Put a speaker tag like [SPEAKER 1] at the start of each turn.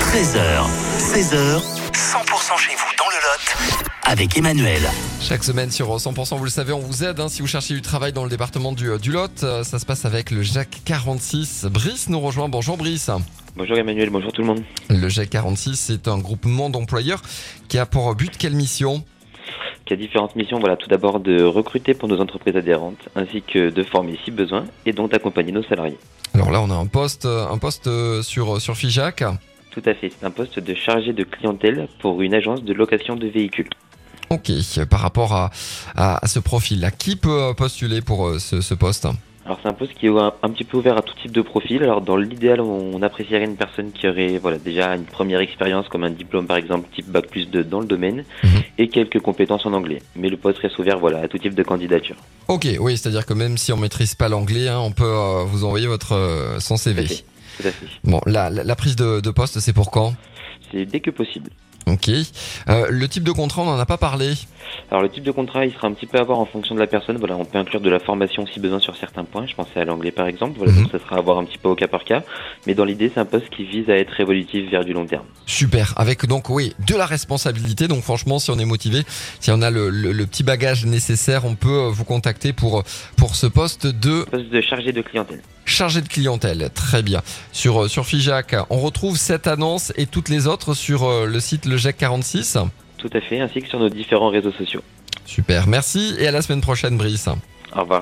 [SPEAKER 1] 13h, 16h, 100% chez vous dans le Lot, avec Emmanuel.
[SPEAKER 2] Chaque semaine sur 100%, vous le savez, on vous aide hein, si vous cherchez du travail dans le département du, euh, du Lot. Euh, Ça se passe avec le Jacques 46. Brice nous rejoint. Bonjour Brice.
[SPEAKER 3] Bonjour Emmanuel, bonjour tout le monde.
[SPEAKER 2] Le E Jacques 46 est un groupement d'employeurs qui a pour but quelle mission
[SPEAKER 3] Qui a différentes missions, voilà tout d'abord de recruter pour nos entreprises adhérentes, ainsi que de former si besoin, et donc d'accompagner nos salariés.
[SPEAKER 2] Alors là, on a un poste, euh, un poste euh, sur, euh, sur Figeac.
[SPEAKER 3] Tout à fait, c'est un poste de chargé de clientèle pour une agence de location de véhicules.
[SPEAKER 2] Ok, euh, par rapport à, à, à ce profil-là, qui peut euh, postuler pour euh, ce, ce poste
[SPEAKER 3] Alors c'est un poste qui est un, un petit peu ouvert à tout type de profil. Alors dans l'idéal, on apprécierait une personne qui aurait voilà déjà une première expérience comme un diplôme par exemple type bac plus 2 dans le domaine
[SPEAKER 2] Mhm.
[SPEAKER 3] et quelques compétences en anglais. Mais le poste reste ouvert voilà à tout type de candidature.
[SPEAKER 2] Ok, oui, c'est-à-dire que même si on maîtrise pas l'anglais, hein, on peut euh, vous envoyer votre euh, son CV.
[SPEAKER 3] Tout à fait. Tout à fait.
[SPEAKER 2] Bon, la, la, la prise de, de poste, c'est pour quand
[SPEAKER 3] C'est dès que possible.
[SPEAKER 2] Ok. Euh, le type de contrat, on n'en a pas parlé.
[SPEAKER 3] Alors le type de contrat, il sera un petit peu à voir en fonction de la personne. Voilà, on peut inclure de la formation si besoin sur certains points. Je pensais à l'anglais par exemple. Voilà,
[SPEAKER 2] Mhm.
[SPEAKER 3] donc ça sera à voir un petit peu au cas par cas. Mais dans l'idée, c'est un poste qui vise à être évolutif vers du long terme.
[SPEAKER 2] Super, avec donc oui de la responsabilité. Donc franchement, si on est motivé, si on a le, le- le petit bagage nécessaire, on peut euh, vous contacter pour pour ce poste de
[SPEAKER 3] Poste de chargé de clientèle.
[SPEAKER 2] chargé de clientèle. Très bien. Sur euh, sur Fijac, on retrouve cette annonce et toutes les autres sur euh, le site lejac 46.
[SPEAKER 3] Tout à fait, ainsi que sur nos différents réseaux sociaux.
[SPEAKER 2] Super, merci et à la semaine prochaine, Brice.
[SPEAKER 3] Au revoir.